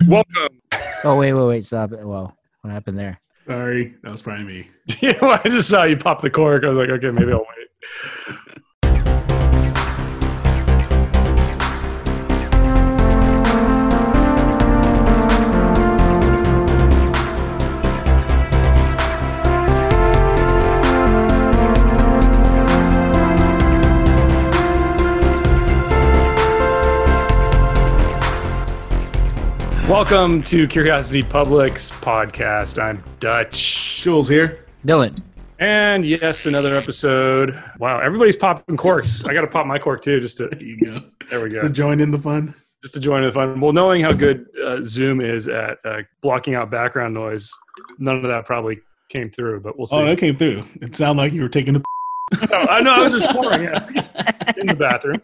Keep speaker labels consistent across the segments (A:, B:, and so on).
A: Welcome.
B: Oh wait, wait, wait. Stop it. Well, what happened there?
C: Sorry, that was probably me.
A: you know, I just saw you pop the cork. I was like, okay, maybe I'll wait. Welcome to Curiosity Public's podcast. I'm Dutch.
C: Jules here.
B: Dylan.
A: And yes, another episode. Wow, everybody's popping corks. I got to pop my cork too, just to
C: There you go.
A: there we
C: So
A: go,
C: join in the fun.
A: just to join in the fun. Well, knowing how good uh, Zoom is at uh, blocking out background noise, none of that probably came through. But we'll see. Oh,
C: Oh, that came through. It sounded like you were taking the.
A: I know. I was just pouring it in the bathroom.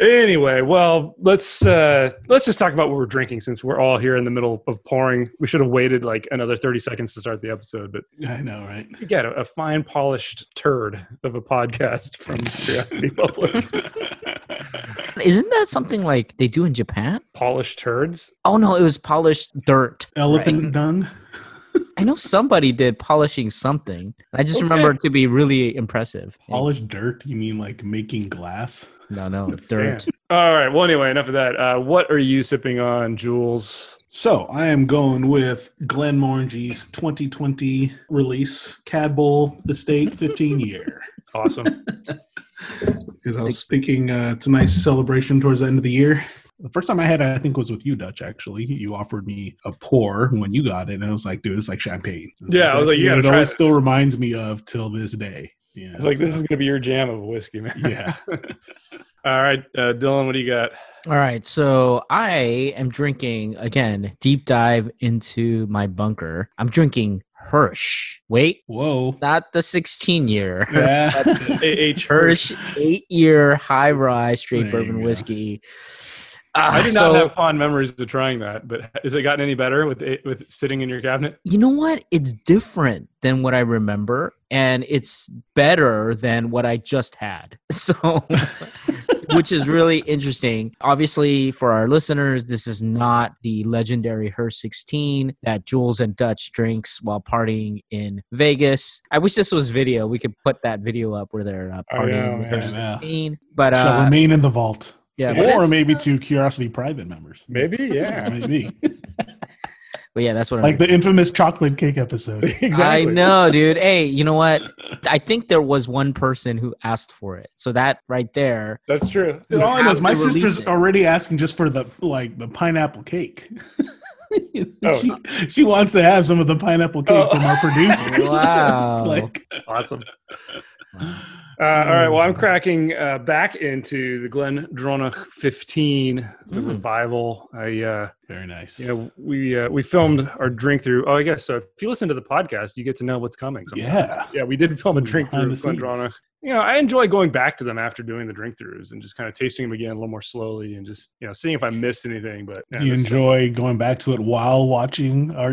A: anyway, well, let's uh, let's just talk about what we're drinking since we're all here in the middle of pouring. We should have waited like another thirty seconds to start the episode, but
C: I know, right?
A: you get a, a fine polished turd of a podcast from Curiosity Public.
B: Isn't that something like they do in Japan?
A: polished turds.
B: Oh no, it was polished dirt.
C: Elephant dung.
B: Right? I know somebody did polishing something. I just
A: Okay.
B: remember it to be really impressive.
C: Polished dirt. You mean like making glass?
B: No, no,
A: That's
B: dirt.
A: sand. All right. Well, anyway, enough of that. Uh, what are you sipping on, Jules?
C: So I am going with Glenmorangie's 2020 release, Cadbull Estate 15 year.
A: Awesome.
C: Because I was thinking uh, it's a nice celebration towards the end of the year. The first time I had it, I think, was with you, Dutch, actually. You offered me a pour when you got it, and I was like, dude, it's like champagne.
A: Yeah, I was like, you
C: It
A: gotta try
C: always
A: this.
C: still reminds me of till this day. Yeah.
A: It's like
C: so-
A: this is gonna be your jam of whiskey, man.
C: yeah.
A: All right, uh, Dylan, what do you got?
B: All right, so I am drinking again. Deep dive into my bunker. I'm drinking Hirsch. Wait,
C: Whoa.
B: not the 16 year.
C: Yeah.
A: A H
B: Hirsch eight year high rye straight
C: There you
B: bourbon
C: go.
B: whiskey. Ah,
A: I do not
B: so-
A: have fond memories of trying that, but has it gotten any better with it, with it sitting in your cabinet?
B: you know what? It's different than what I remember, and it's better than what I just had. So, which is really interesting. Obviously, for our listeners, this is not the legendary Her 16 that Jules and Dutch drinks while partying in Vegas. I wish this was video. We could put that video up where they're uh,
A: I
B: partying
A: know,
B: with
A: yeah,
B: Her
C: Oh, yeah.
B: 16. But
C: Shall
B: uh,
C: remain in the vault.
B: yeah, but
C: or
B: it's-
C: maybe to Curiosity Private members.
A: Maybe, yeah.
C: Maybe.
B: but yeah, that's what I'm
C: like the infamous chocolate cake episode.
A: exactly.
B: I know, dude. Hey, you know what? I think there was one person who asked for it. So that right there.
A: That's true.
C: Dude, all I know is my
B: Have to release
C: sister's
B: it.
C: already asking just for the like the pineapple cake.
A: Oh.
C: she, she wants to have some of the pineapple cake
A: Oh.
C: from our producers.
B: Wow.
C: It's like,
A: Awesome. Uh, all right. Well,
B: Mm.
A: I'm cracking uh, back into the Glen Dronach 15, the
B: Mm.
A: revival. I uh,
C: very nice.
A: you know, we uh, we filmed our drink through. Oh, I guess so. If you listen to the podcast, you get to know what's coming. sometime.
C: yeah.
A: yeah, we did film a
C: Ooh,
A: drink through
C: behind
A: of
C: the scenes.
A: Glendrona. You know, I enjoy going back to them after doing the drink throughs and just kind of tasting them again a little more slowly and just you know seeing if I missed anything. But yeah,
C: Do you
A: this-
C: enjoy going back to it while watching our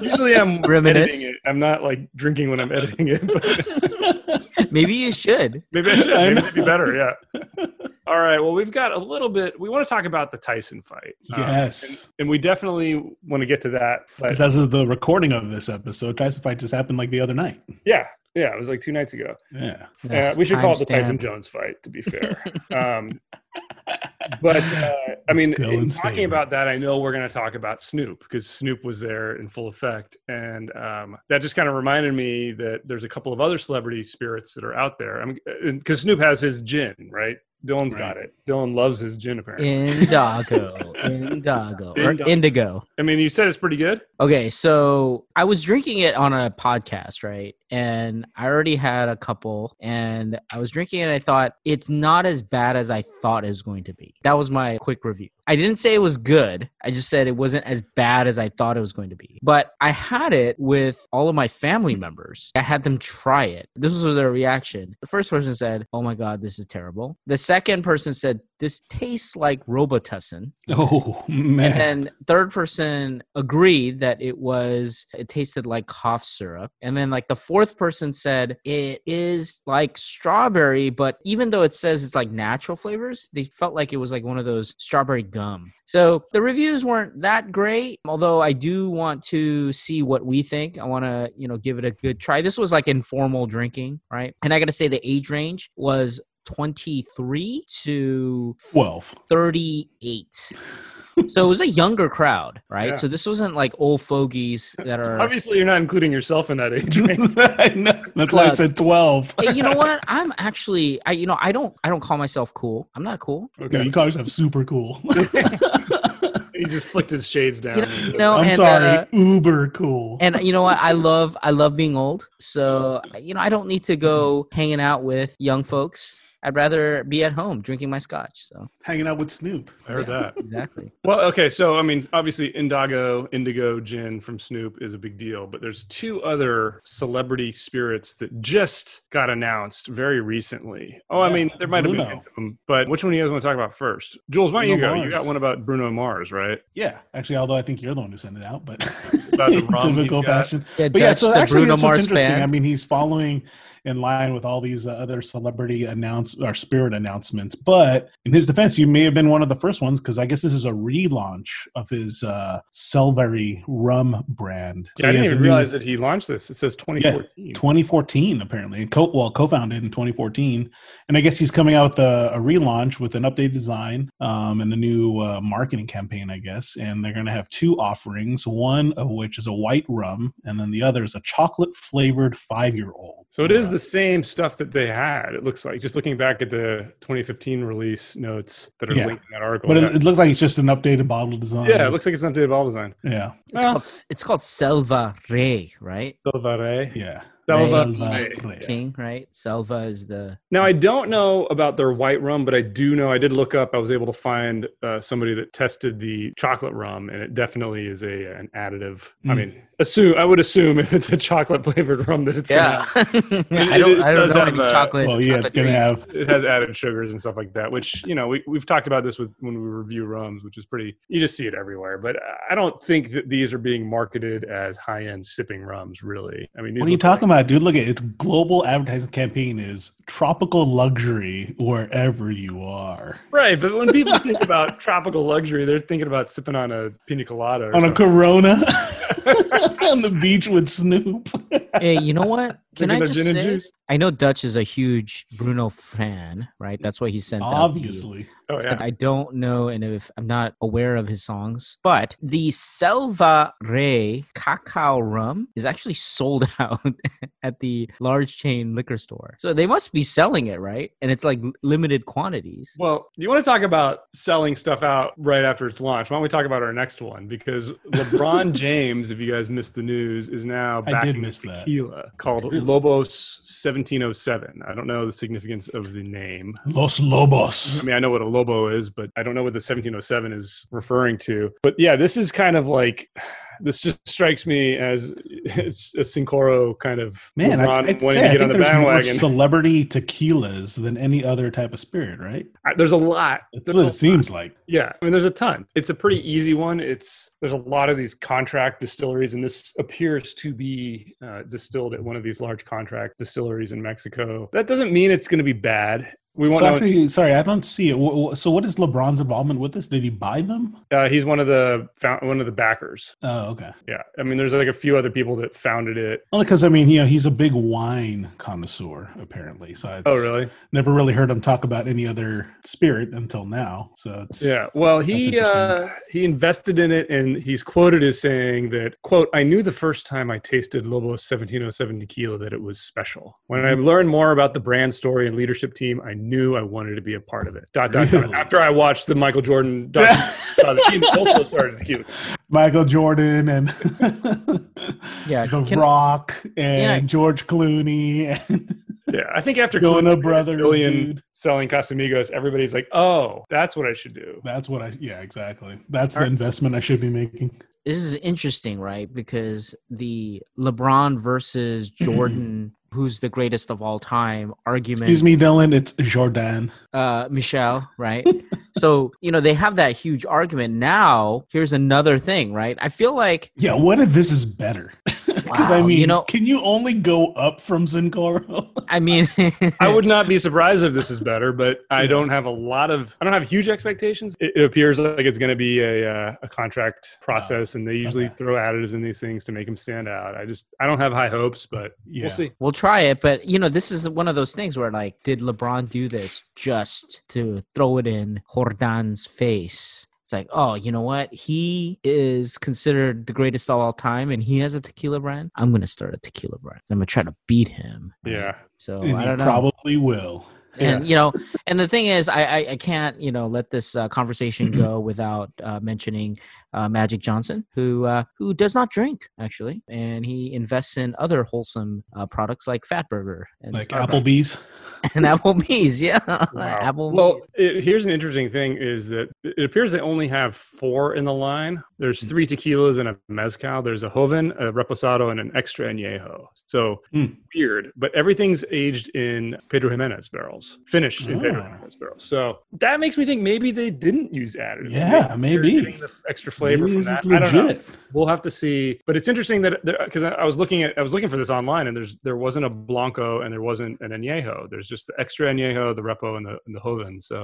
A: Usually I'm
B: Reminisce.
A: editing it. I'm not like drinking when I'm editing it, but
B: Maybe you should.
A: maybe I should.
C: I
A: Maybe
C: know.
A: it'd be better. Yeah. All right. Well, we've got a little bit. We want to talk about the Tyson fight. Um,
C: yes.
A: and we definitely want to get to that. But
C: Because as of the recording of this episode, Tyson Fight just happened like the other night.
A: yeah, yeah, it was like two nights ago.
C: Yeah.
A: Uh, we should call it the Tyson
B: Timestamp.
A: Jones fight, to be fair. um, but uh, I mean, in
C: Dylan's
A: talking
C: favorite.
A: about that, I know we're going to talk about Snoop because Snoop was there in full effect, and um, that just kind of reminded me that there's a couple of other celebrity spirits that are out there. I'm because Snoop has his gin, right? Dylan's got
C: Right.
A: it. Dylan loves his gin, apparently.
B: Indago. Indago. Or
A: Indago.
B: indigo.
A: I mean, you said it's pretty good.
B: Okay, so I was drinking it on a podcast, right? And I already had a couple, and I was drinking it. And I thought it's not as bad as I thought it was going to be. That was my quick review. I didn't say it was good. I just said it wasn't as bad as I thought it was going to be. But I had it with all of my family members. I had them try it. This was their reaction. The first person said, "Oh my god, this is terrible." The second person said, this tastes like Robitussin.
C: Oh man.
B: And then third person agreed that it was it tasted like cough syrup. And then like the fourth person said it is like strawberry, but even though it says it's like natural flavors, they felt like it was like one of those strawberry gum. So the reviews weren't that great, although I do want to see what we think. I want to, you know, give it a good try. This was like informal drinking, right? And I got to say the age range was 23 to
C: Twelve.
B: 38. so it was a younger crowd, right?
A: Yeah.
B: So this wasn't like old fogies that are.
A: Obviously, you're not including yourself in that age range.
C: I know. That's why I
B: Look.
C: said twelve.
B: Hey, you know what? I'm actually, I you know, I don't, I don't call myself cool. I'm not cool.
C: No,
A: Okay,
C: you call yourself super cool.
A: he just flicked his shades down.
B: You know, you know,
C: I'm
B: and,
C: sorry,
B: uh,
C: uber cool.
B: and you know what? I love, I love being old. So you know, I don't need to go hanging out with young folks. I'd rather be at home drinking my scotch. So
C: Hanging out with Snoop.
A: I heard
B: yeah,
A: that.
B: exactly.
A: Well, okay, so I mean, obviously, Indago, Indigo Gin from Snoop is a big deal, but there's two other celebrity spirits that just got announced very recently. Oh, I
C: Yeah,
A: mean, there might have been
C: Bruno.
A: hints of them, but which one do you guys want to talk about first? Jules, why don't you
C: Bruno
A: go? You
C: Mars.
A: got one about Bruno Mars, right?
C: Yeah, actually, although I think you're the one who sent it out, but
A: About the
C: in
A: rum he's
C: typical
A: got.
C: fashion.
B: Yeah,
C: But
B: Dutch,
C: yeah, so
B: the
C: actually,
B: Bruno
C: that's what's
B: Mars
C: interesting. I
B: fan.
C: mean, he's following in line with all these uh, other celebrity announce or spirit announcements. But in his defense, you may have been one of the first ones because I guess this is a relaunch of his uh, Selvery rum brand.
A: Yeah, I didn't
C: he has a
A: even
C: new-
A: realize that he launched this. It says 2014.
C: 2014 apparently and co- well co-founded in 2014 and i guess he's coming out with a, a relaunch with an updated design um, and a new uh, marketing campaign i guess and they're going to have two offerings one of which is a white rum and then the other is a chocolate flavored five-year-old Uh,
A: So it is the same stuff that they had. It looks like just looking back at the 2015 release notes that are
C: Yeah.
A: linked in that article.
C: but it,
A: that-
C: it looks like it's just an updated bottle design
A: yeah, it looks like it's not David Ball design.
C: yeah
B: It's called, it's called Selva Rey, right?
A: Salvare.
C: yeah
A: Salvare.
B: King, right? Selva is the
A: Now I don't know about their white rum, but I do know I did look up. I was able to find uh, somebody that tested the chocolate rum, and it definitely is a an additive. I
C: Mm.
A: mean, assume I would assume if it's a chocolate flavored rum that it's
B: Yeah.
A: gonna,
B: I
A: it-
B: don't
A: it
B: I don't
A: does
B: know
A: have
B: any
A: a-
B: chocolate.
C: well yeah it's
B: chocolate
C: going to
B: drinks.
C: have
A: it has added sugars and stuff like that. Which you know we we've talked about this with when we review rums, which is pretty. You just see it everywhere, but I don't think that these are being marketed as high end sipping rums. Really, I mean, these
C: What are you
A: look like-
C: talking about, dude? Look at its global advertising campaign is tropical luxury wherever you are.
A: Right, but when people think about tropical luxury, they're thinking about sipping on a pina colada or
C: on a
A: something.
C: Corona on the beach with Snoop.
B: Hey, you know what? Can
A: Drinking
B: I
A: their
B: just
A: gin and
B: say
A: juice.
B: I know Dutch is a huge Bruno fan, right? That's why he sent out the-
C: Obviously,
A: Oh yeah,
B: but I don't know and if I'm not aware of his songs. But the Selva Rey Cacao Rum is actually sold out at the large chain liquor store. So they must be selling it, right? And it's like limited quantities.
A: Well, you want to talk about selling stuff out right after its launch? Why don't we talk about our next one? Because LeBron James, if you guys missed the news, is now
C: did
A: backing
C: miss
A: a
C: that.
A: tequila called
C: Really?
A: Lobos 1707. I don't know the significance of the name.
C: Los
A: I
C: Lobos.
A: mean, I know what a Lobo is, but I don't know what the 1707 is referring to. But yeah, this is kind of like. This just strikes me as it's a Sincoro kind of
C: Man, I,
A: LeBron wanting
C: I'd say
A: to get
C: I
A: on
C: think
A: the
C: there's more
A: bandwagon.
C: celebrity tequilas than any other type of spirit, right?
A: I- there's a lot.
C: That's
A: There's
C: what
A: a
C: it seems like.
A: Yeah, I mean, there's a ton. It's a pretty easy one. It's there's a lot of these contract distilleries, and this appears to be uh, distilled at one of these large contract distilleries in Mexico. That doesn't mean it's going to be bad. We won't
C: So
A: know.
C: actually, sorry, I don't see it. Wh- wh- So what is LeBron's involvement with this? Did he buy them?
A: uh, he's one of the found, one of the backers.
C: Oh, okay.
A: Yeah, I mean, there's like a few other people that founded it.
C: Only because I mean, you know, he's a big wine connoisseur apparently. So I
A: Oh, really?
C: never really heard him talk about any other spirit until now. So it's
A: Yeah. Well, he
C: That's
A: uh,
C: interesting.
A: he invested in it, and he's quoted as saying that quote I knew the first time I tasted Lobos 1707 tequila that it was special. When
C: Mm-hmm.
A: I learned more about the brand story and leadership team, I knew I wanted to be a part of it. Dot dot dot.
C: Really?
A: After I watched the Michael Jordan documentary, uh, the team also started tequila.
C: Michael Jordan and
B: Yeah,
C: The
B: can-
C: Rock and
B: I-
C: George Clooney and
A: Yeah, I think after
C: Jonah
A: Clinton made his
C: Brothers,
A: billion
C: dude.
A: selling Casamigos, everybody's like, oh, that's what I should do.
C: that's what I yeah exactly that's
A: All
C: the
A: right.
C: investment I should be making.
B: This is interesting, right? Because the LeBron versus Jordan who's the greatest of all time argument.
C: Excuse me, Dylan. It's Jordan.
B: uh, Michelle, right? so, you know, they have that huge argument. Now, here's another thing, right? I feel like,
C: Yeah, what if this is better? Because I
B: Wow,
C: mean,
B: you know-
C: can you only go up from Zincoro?
B: I mean,
A: I would not be surprised if this is better, but I don't have a lot of, I don't have huge expectations. It, it appears like it's going to be a, uh, a contract process, and they usually
C: okay.
A: throw additives in these things to make them stand out. I just, I don't have high hopes, but
C: yeah.
A: we'll see.
B: We'll try it, but you know, this is one of those things where like, did LeBron do this just to throw it in Jordan's face? It's like, oh, you know what? He is considered the greatest of all time, and he has a tequila brand. I'm gonna start a tequila brand. I'm gonna try to beat him.
C: Mm-hmm.
A: Yeah.
B: So
C: And
B: I
C: you
B: don't know.
C: probably will.
B: and you know and the thing is i i, I can't you know let this uh, conversation go without uh, mentioning uh, magic johnson who uh, who does not drink actually and he invests in other wholesome uh, products like fatburger and
C: Like
B: Starbucks.
C: Applebee's.
B: and applebee's yeah
A: Wow.
B: Applebee's.
A: Well, it, here's an interesting thing: is that it appears they only have four in the line. There's three tequilas and a mezcal. There's a joven, a reposado, and an extra añejo. So
C: Hmm.
A: weird, but everything's aged in Pedro Jimenez barrels, finished in Pedro
C: Oh.
A: Jimenez barrels. So that makes me think maybe they didn't use additives.
C: Yeah,
A: They're
C: maybe.
A: getting the extra flavor
C: Maybe
A: from
C: this
A: that.
C: is
A: I don't know
C: legit.
A: we'll have to see but it's interesting that because I, I was looking at i was looking for this online and there's there wasn't a blanco and there wasn't an añejo there's just the extra añejo the repo and the, and the joven so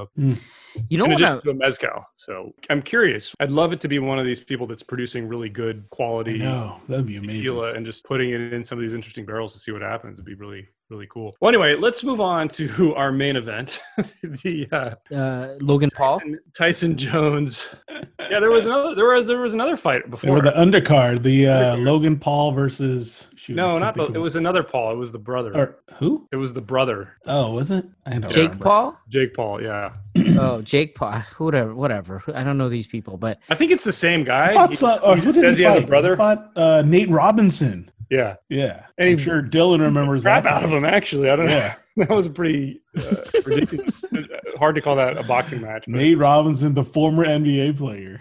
B: you know
A: in
B: what
A: addition
B: I,
A: to a mezcal so i'm curious i'd love it to be one of these people that's producing really good
C: I
A: quality
C: know. That'd be amazing.
A: tequila and just putting it in some of these interesting barrels to see what happens would be really really cool well anyway let's move on to our main event the uh,
B: uh, logan paul
A: tyson, Tyson jones yeah there was another there was there was another fight
C: They were
A: before
C: the undercard, the uh, Logan Paul versus. Shoot, I
A: No,
C: can't
A: not the.
C: think
A: It
C: of
A: was
C: his-
A: another Paul. It was the brother.
C: Or who?
A: It was the brother,
C: Oh, was it? I don't
B: jake
C: remember.
B: paul
A: Jake Paul. Yeah,
B: oh jake paul whatever whatever i don't know these people but
A: I think it's the same
C: I
A: guy.
C: thought
A: He-
C: so- or
A: he
C: uh, oh, who
A: just
C: did
A: says he has a
C: fight?
A: brother.
C: He fought uh, Nate Robinson.
A: yeah,
C: Yeah,
A: And
C: I'm
A: he-
C: sure Dylan remembers
A: crap
C: that.
A: out of him. Actually, I don't
C: Yeah,
A: know. That was pretty uh, ridiculous. uh, Hard to call that a boxing match. But,
C: Nate Robinson, the former NBA player.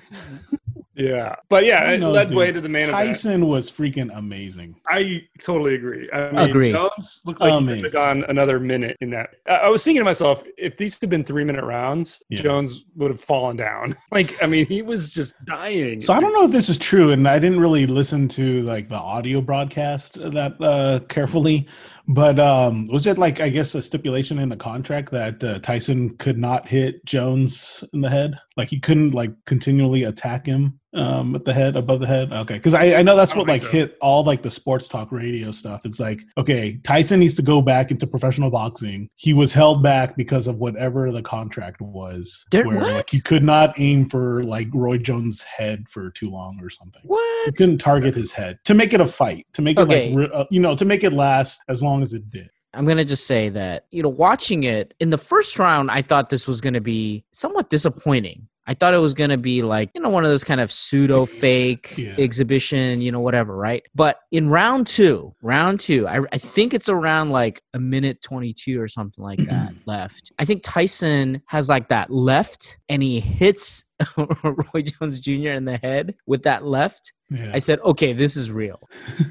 A: yeah, but yeah,
C: Who
A: it
C: knows,
A: led
C: dude?
A: way to the main event.
C: Tyson was freaking amazing.
A: I totally agree. I mean,
B: Agree.
A: Jones looked like he
C: Amazing.
A: could have gone another minute in that. I, I was thinking to myself, if these had been three minute rounds,
C: Yeah.
A: Jones would have fallen down. Like, I mean, he was just dying.
C: So I don't know if this is true, and I didn't really listen to like the audio broadcast that uh, carefully. But um, was it like I guess a stipulation in the contract that uh, Tyson could not hit Jones in the head, like he couldn't like continually attack him um, at the head, above the head? Okay, because I, I know that's
A: I
C: what
A: don't
C: like
A: think so.
C: hit all like the sports talk radio stuff. It's like okay, Tyson needs to go back into professional boxing. He was held back because of whatever the contract was,
B: There-
C: where
B: what?
C: like he could not aim for like Roy Jones' head for too long or something. He
B: what
C: couldn't target his head to make it a fight, to make
B: Okay.
C: it like, re- uh, you know, to make it last as long as it did.
B: I'm going to just say that, you know, watching it in the first round, I thought this was going to be somewhat disappointing. I thought it was going to be like, you know, one of those kind of pseudo fake
C: Yeah.
B: exhibition, you know, whatever, right? But in round two, round two, I, I think it's around like a minute 22 or something like that left. I think Tyson has like that left and he hits Roy Jones Jr. in the head with that left.
C: Yeah.
B: I said, okay, this is real.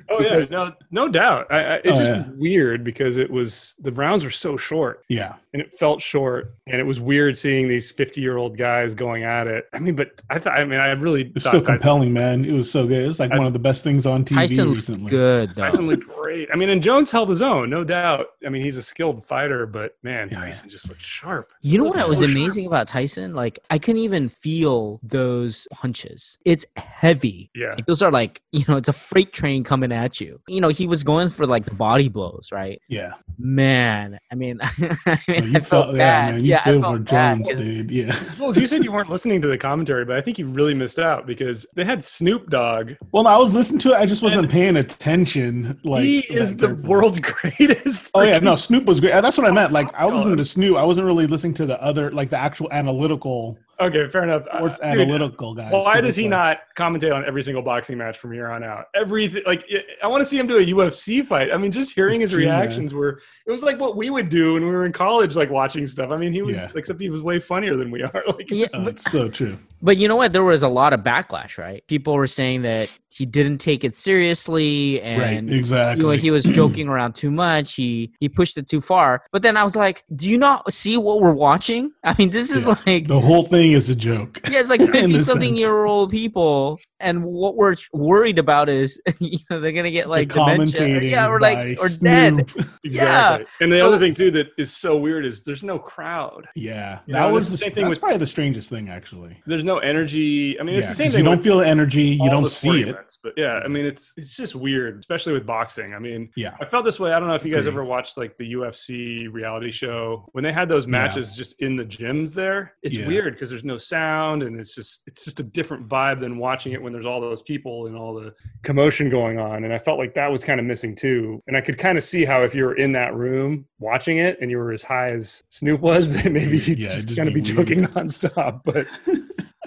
A: Oh yeah,
B: Because-
A: no, no doubt. I, I, it
C: Oh,
A: just
C: yeah.
A: was weird because it was the rounds were so short,
C: yeah.
A: and it felt short, and it was weird seeing these fifty-year-old guys going at it. I mean, but I thought, I mean, I really
C: It's
A: thought
C: still
A: Tyson,
C: compelling, man. It was so good. It was like
A: I-
C: one of the best things on TV
B: Tyson looked
C: recently.
B: good, though.
A: Tyson looked great. I mean, and Jones held his own, no doubt. I mean, he's a skilled fighter, but man,
C: Yeah.
A: Tyson just looked sharp.
B: You know
A: Looked
B: what
A: so
B: was
A: sharp.
B: amazing about Tyson? Like I couldn't even feel those punches. It's heavy.
A: Yeah,
B: Like those are like, you know, it's a freight train coming at you. You know, he was going for like the body blows, right?
C: Yeah.
B: Man, I mean, I,
C: No,
B: mean,
C: you
B: I felt
C: yeah,
B: bad.
C: man. You
B: Yeah, I
C: feel for
B: felt bad.
C: Jones,
B: 'cause-
C: dude. Yeah.
A: Well, you said you weren't listening to the commentary, but I think you really missed out because they had Snoop Dogg.
C: Well, I was listening to it. I just wasn't paying attention. Like
A: he
C: that
A: is the
C: carefully.
A: world's greatest.
C: Oh yeah, no, Snoop was great. That's what I meant. Like I was
A: Tell
C: listening
A: him.
C: to Snoop. I wasn't really listening to the other, like the actual analytical
A: Okay, fair enough.
C: Sports
A: Uh, dude,
C: analytical guys.
A: Well, why
C: 'cause
A: does
C: it's
A: he not
C: like-
A: commentate on every single boxing match from here on out? Everything, like, it, I want to see him do a UFC fight. I mean, just hearing
C: It's
A: his
C: true, man.
A: reactions were, it was like what we would do when we were in college, like watching stuff. I mean, he was,
C: Yeah.
A: except he was way funnier than we are. Like,
B: Yeah,
A: it's-
C: Oh, it's so true.
B: But you know what? There was a lot of backlash, right? People were saying that he didn't take it seriously and
C: right. Exactly.
B: you know, he was joking around too much. He he pushed it too far. But then I was like, do you not see what we're watching? I mean, this is
C: Yeah.
B: like
C: the whole thing is a joke.
B: yeah, it's like
C: In a
B: fifty something
C: sense.
B: year old people, and what we're ch- worried about is you know they're gonna get like
C: The
B: dementia, or,
C: commentating
B: yeah, or
C: by
B: like or dead.
C: Snoop.
A: exactly. And the
B: So-
A: other thing, too, that is so weird is there's no crowd.
C: Yeah,
A: You
C: that
A: know,
C: was
A: it's
C: the
A: the same
C: same
A: thing
C: That's
A: with-
C: probably the strangest thing, actually.
A: There's no energy. I mean, it's
C: Yeah,
A: the same
C: 'cause
A: thing.
C: you don't
A: with
C: feel the energy. You
A: all
C: don't
A: the
C: see
A: sporting
C: it.
A: events, But yeah, I mean, it's it's just weird, especially with boxing. I mean,
C: Yeah.
A: I felt this way. I don't know if you guys
C: Agreed.
A: ever watched like the UFC reality show when they had those
C: Yeah.
A: matches just in the gyms there. It's
C: Yeah.
A: weird because there's no sound and it's just it's just a different vibe than watching it when there's all those people and all the commotion going on. And I felt like that was kind of missing too. And I could kind of see how if you were in that room watching it and you were as high as Snoop was, then maybe you'd
C: Yeah, it'd
A: just
C: just
A: kind of
C: be
A: be joking nonstop. But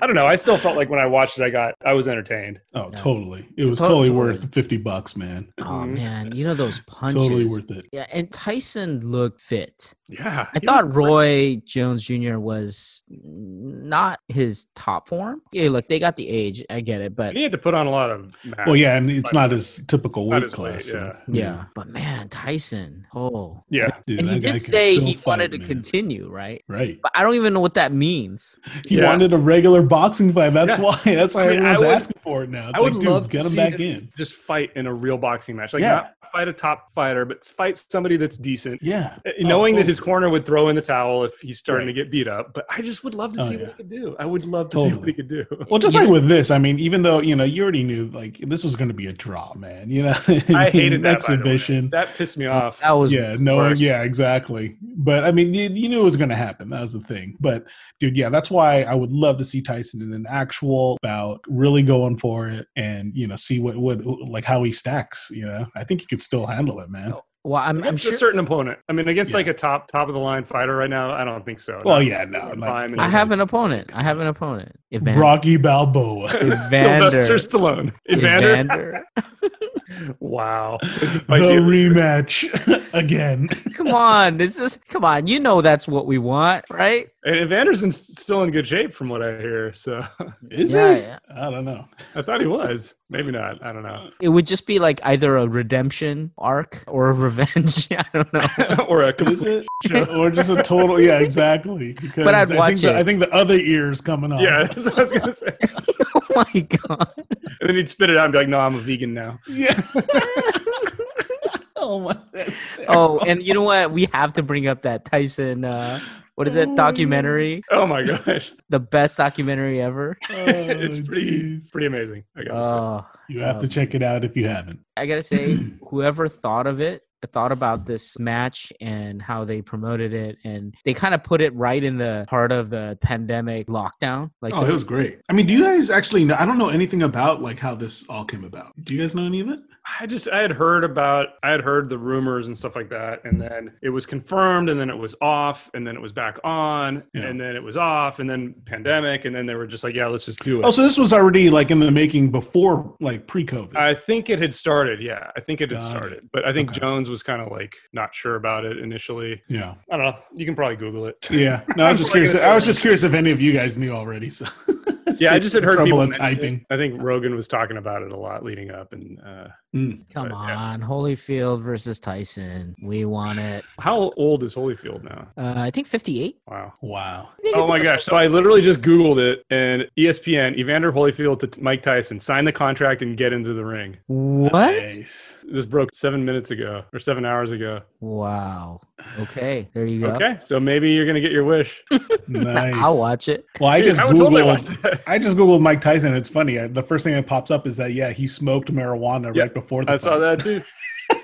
A: I don't know. I still felt like when I watched it, I got I was entertained.
C: Oh,
B: Yeah.
C: totally. It was
B: To-
C: totally,
B: totally.
C: worth the fifty bucks, man.
B: Oh man, you know those punches.
C: Mm-hmm. Totally worth it.
B: yeah, and Tyson looked fit.
A: Yeah,
B: I thought Roy Jones Jr. was not his top form. Yeah, look, they got the age. I get it, but
A: And he had to put on a lot of. Mass.
C: Well, yeah, and it's not his typical
A: Not
C: weight
A: his
C: class.
A: weight,
C: so-
A: yeah.
B: yeah, but man, Tyson. Oh,
A: yeah.
C: Dude,
B: and he
C: that guy
B: did
C: can
B: say
C: still
B: he wanted
C: fight,
B: to
C: man.
B: continue, right?
C: Right.
B: But I don't even know what that means.
C: He
A: Yeah.
C: wanted a regular boxing fight. That's
A: Yeah.
C: why. That's why
A: I mean, I
C: everyone's
A: would-
C: asking for it now. It's
A: I would
C: like,
A: love
C: dude,
A: to
C: get him
A: see
C: back
A: them
C: in.
A: just fight in a real boxing match. Like
C: Yeah.
A: not fight a top fighter, but fight somebody that's decent.
C: Yeah.
A: Uh,
C: Oh,
A: Knowing that
C: totally.
A: his corner would throw in the towel if he's starting
C: Right.
A: to get beat up, but I just would love to
C: Oh,
A: see
C: yeah.
A: what he could do. I would love to see what
C: Totally.
A: he could do.
C: Well, just
B: You
C: like
B: know-
C: with this, I mean, even though you know you already knew like this was going to be a draw, man. You know,
A: I hated that by the way.
C: exhibition.
A: That pissed me
C: Um,
A: off.
B: That was
C: Uh, yeah, no,
A: worst.
C: yeah, exactly. But I mean, you, you knew it was going to happen. That was the thing. But dude, yeah, that's why I would love to see Tyson in an actual bout, really going for it, and you know, see what what like how he stacks. You know, I think he could still handle it,
A: Oh,
C: man.
B: Well, I'm, I'm
A: Against
B: sure.
A: a certain opponent. I mean, against
C: Yeah.
A: like a top top of the line fighter right now, I don't think so.
C: Well, yeah, no,
A: Not
C: like,
A: Prime and
B: I have an opponent. I have an opponent. Evan-
C: Rocky Balboa.
B: Evander.
A: Sylvester Stallone. Evander.
B: Evander.
A: Wow.
C: the rematch again.
B: come on, this is come on. You know that's what we want, right?
A: And Evander's in, still in good shape, from what I hear. So
C: Is
B: Yeah,
C: it?
B: yeah.
C: I don't know.
A: I thought he was. Maybe not. I don't know.
B: It would just be like either a redemption arc or a revenge. I don't know.
A: or a complete
C: Is it?
A: show.
C: or just a total? Yeah, exactly. Because
B: I'd
C: I
B: watch
C: think the-
B: it.
C: I think the other ear's coming off.
A: Yeah, that's what I was gonna say.
B: oh my god.
A: And then he'd spit it out and be like, "No, I'm a vegan now."
C: Yeah. oh my. That's
B: Oh,
C: terrible.
B: and you know what? We have to bring up that Tyson. Uh, what is
C: Oh my
B: it?
C: God.
B: Documentary,
A: Oh my gosh,
B: the best documentary ever.
A: it's pretty
C: Oh, jeez.
A: pretty amazing. I gotta say.
B: Oh,
C: You have to
B: um,
C: check it out if you haven't.
B: I gotta say, whoever thought of it, thought about this match and how they promoted it, and they kind of put it right in the heart of the pandemic lockdown. Like,
D: Oh, it was great. I mean, do you guys actually know? I don't know anything about like how this all came about. Do you guys know any of it?
A: I just I had heard about I had heard the rumors and stuff like that, and then it was confirmed, and then it was off, and then it was back on,
C: Yeah.
A: and then it was off, and then pandemic, and then they were just like, "Yeah, let's just do it."
D: Oh, so this was already like in the making before like pre-COVID.
A: I think it had started. Yeah, I think it had
C: Got
A: started, but I think
C: Okay.
A: Jones was kind of like not sure about it initially.
C: Yeah.
A: I don't know. You can probably Google it.
C: Yeah.
D: no, I was just
A: I'm not gonna
D: curious.
A: say
D: I was
A: that.
D: just curious if any of you guys knew already. So
A: Yeah, I just
D: Save
A: had heard
D: trouble
A: people
D: in
A: mention it.
D: typing.
A: I think Rogan was talking about it a lot leading up, and uh, Right,
B: come
A: yeah.
B: on, Holyfield versus Tyson. We want it.
A: How old is Holyfield now?
B: Uh, I think 58.
A: Wow.
C: Wow.
A: Oh my gosh. So I literally just Googled it and E ESPN, Evander Holyfield to t- Mike Tyson, sign the contract and get into the ring.
B: What?
C: Nice.
A: This broke seven minutes ago or seven hours ago.
B: Wow. Okay, there you go.
A: Okay. So maybe you're going to get your wish.
C: Nice.
B: I'll watch it.
C: Well, I
A: Dude,
C: just
A: would totally watch
C: googled.
A: that.
C: I just googled Mike Tyson. It's funny. I, the first thing that pops up is that yeah, he smoked marijuana
A: Yeah,
C: right before. The
A: I saw that
C: fight.
A: too.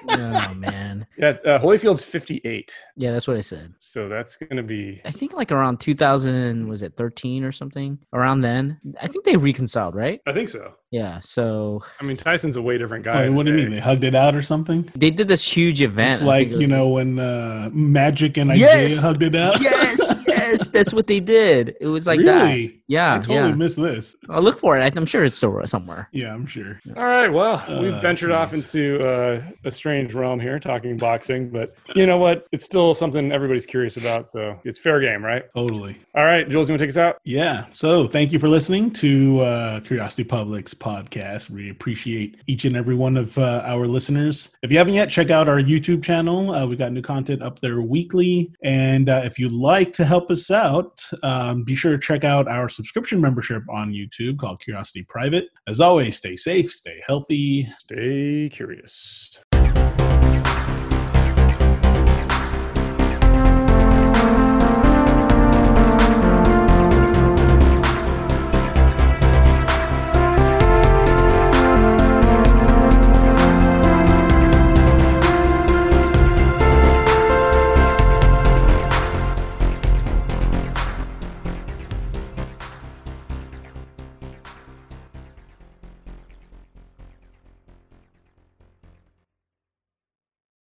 B: Oh man.
A: Yeah. Uh, Holyfield's 58.
B: Yeah, that's what I said.
A: So that's going to be.
B: I think like around 2000 was it 13 or something around then. I think they reconciled, right?
A: I think so.
B: Yeah. So
A: I mean, Tyson's a way different guy.
C: Wait, what do you
A: today.
C: mean? They hugged it out or something?
B: they did this huge event.
C: It's
B: I
C: like
B: think it
C: you
B: was-
C: know when uh, Magic and Isaiah
B: Yes!
C: hugged it out.
B: Yes, yes, that's what they did. It was like that.
C: really?
B: Yeah,
C: I totally
B: yeah.
C: missed this.
B: I'll look for it. I'm sure it's so- somewhere.
C: Yeah, I'm sure.
A: All right, well, we've
C: Uh,
A: ventured off
C: geez.
A: into uh, a strange realm here, talking boxing, but you know what? It's still something everybody's curious about, so it's fair game, right?
C: Totally.
A: All right, Jules, you want to take us out?
C: Yeah. So thank you for listening to uh, Curiosity Public's podcast. We appreciate each and every one of uh, our listeners. If you haven't yet, check out our YouTube channel. Uh, we got new content up there weekly. And uh, if you'd like to help us out, um, be sure to check out our subscription membership on YouTube called Curiosity Private. As always, stay safe, stay healthy,
A: Stay curious.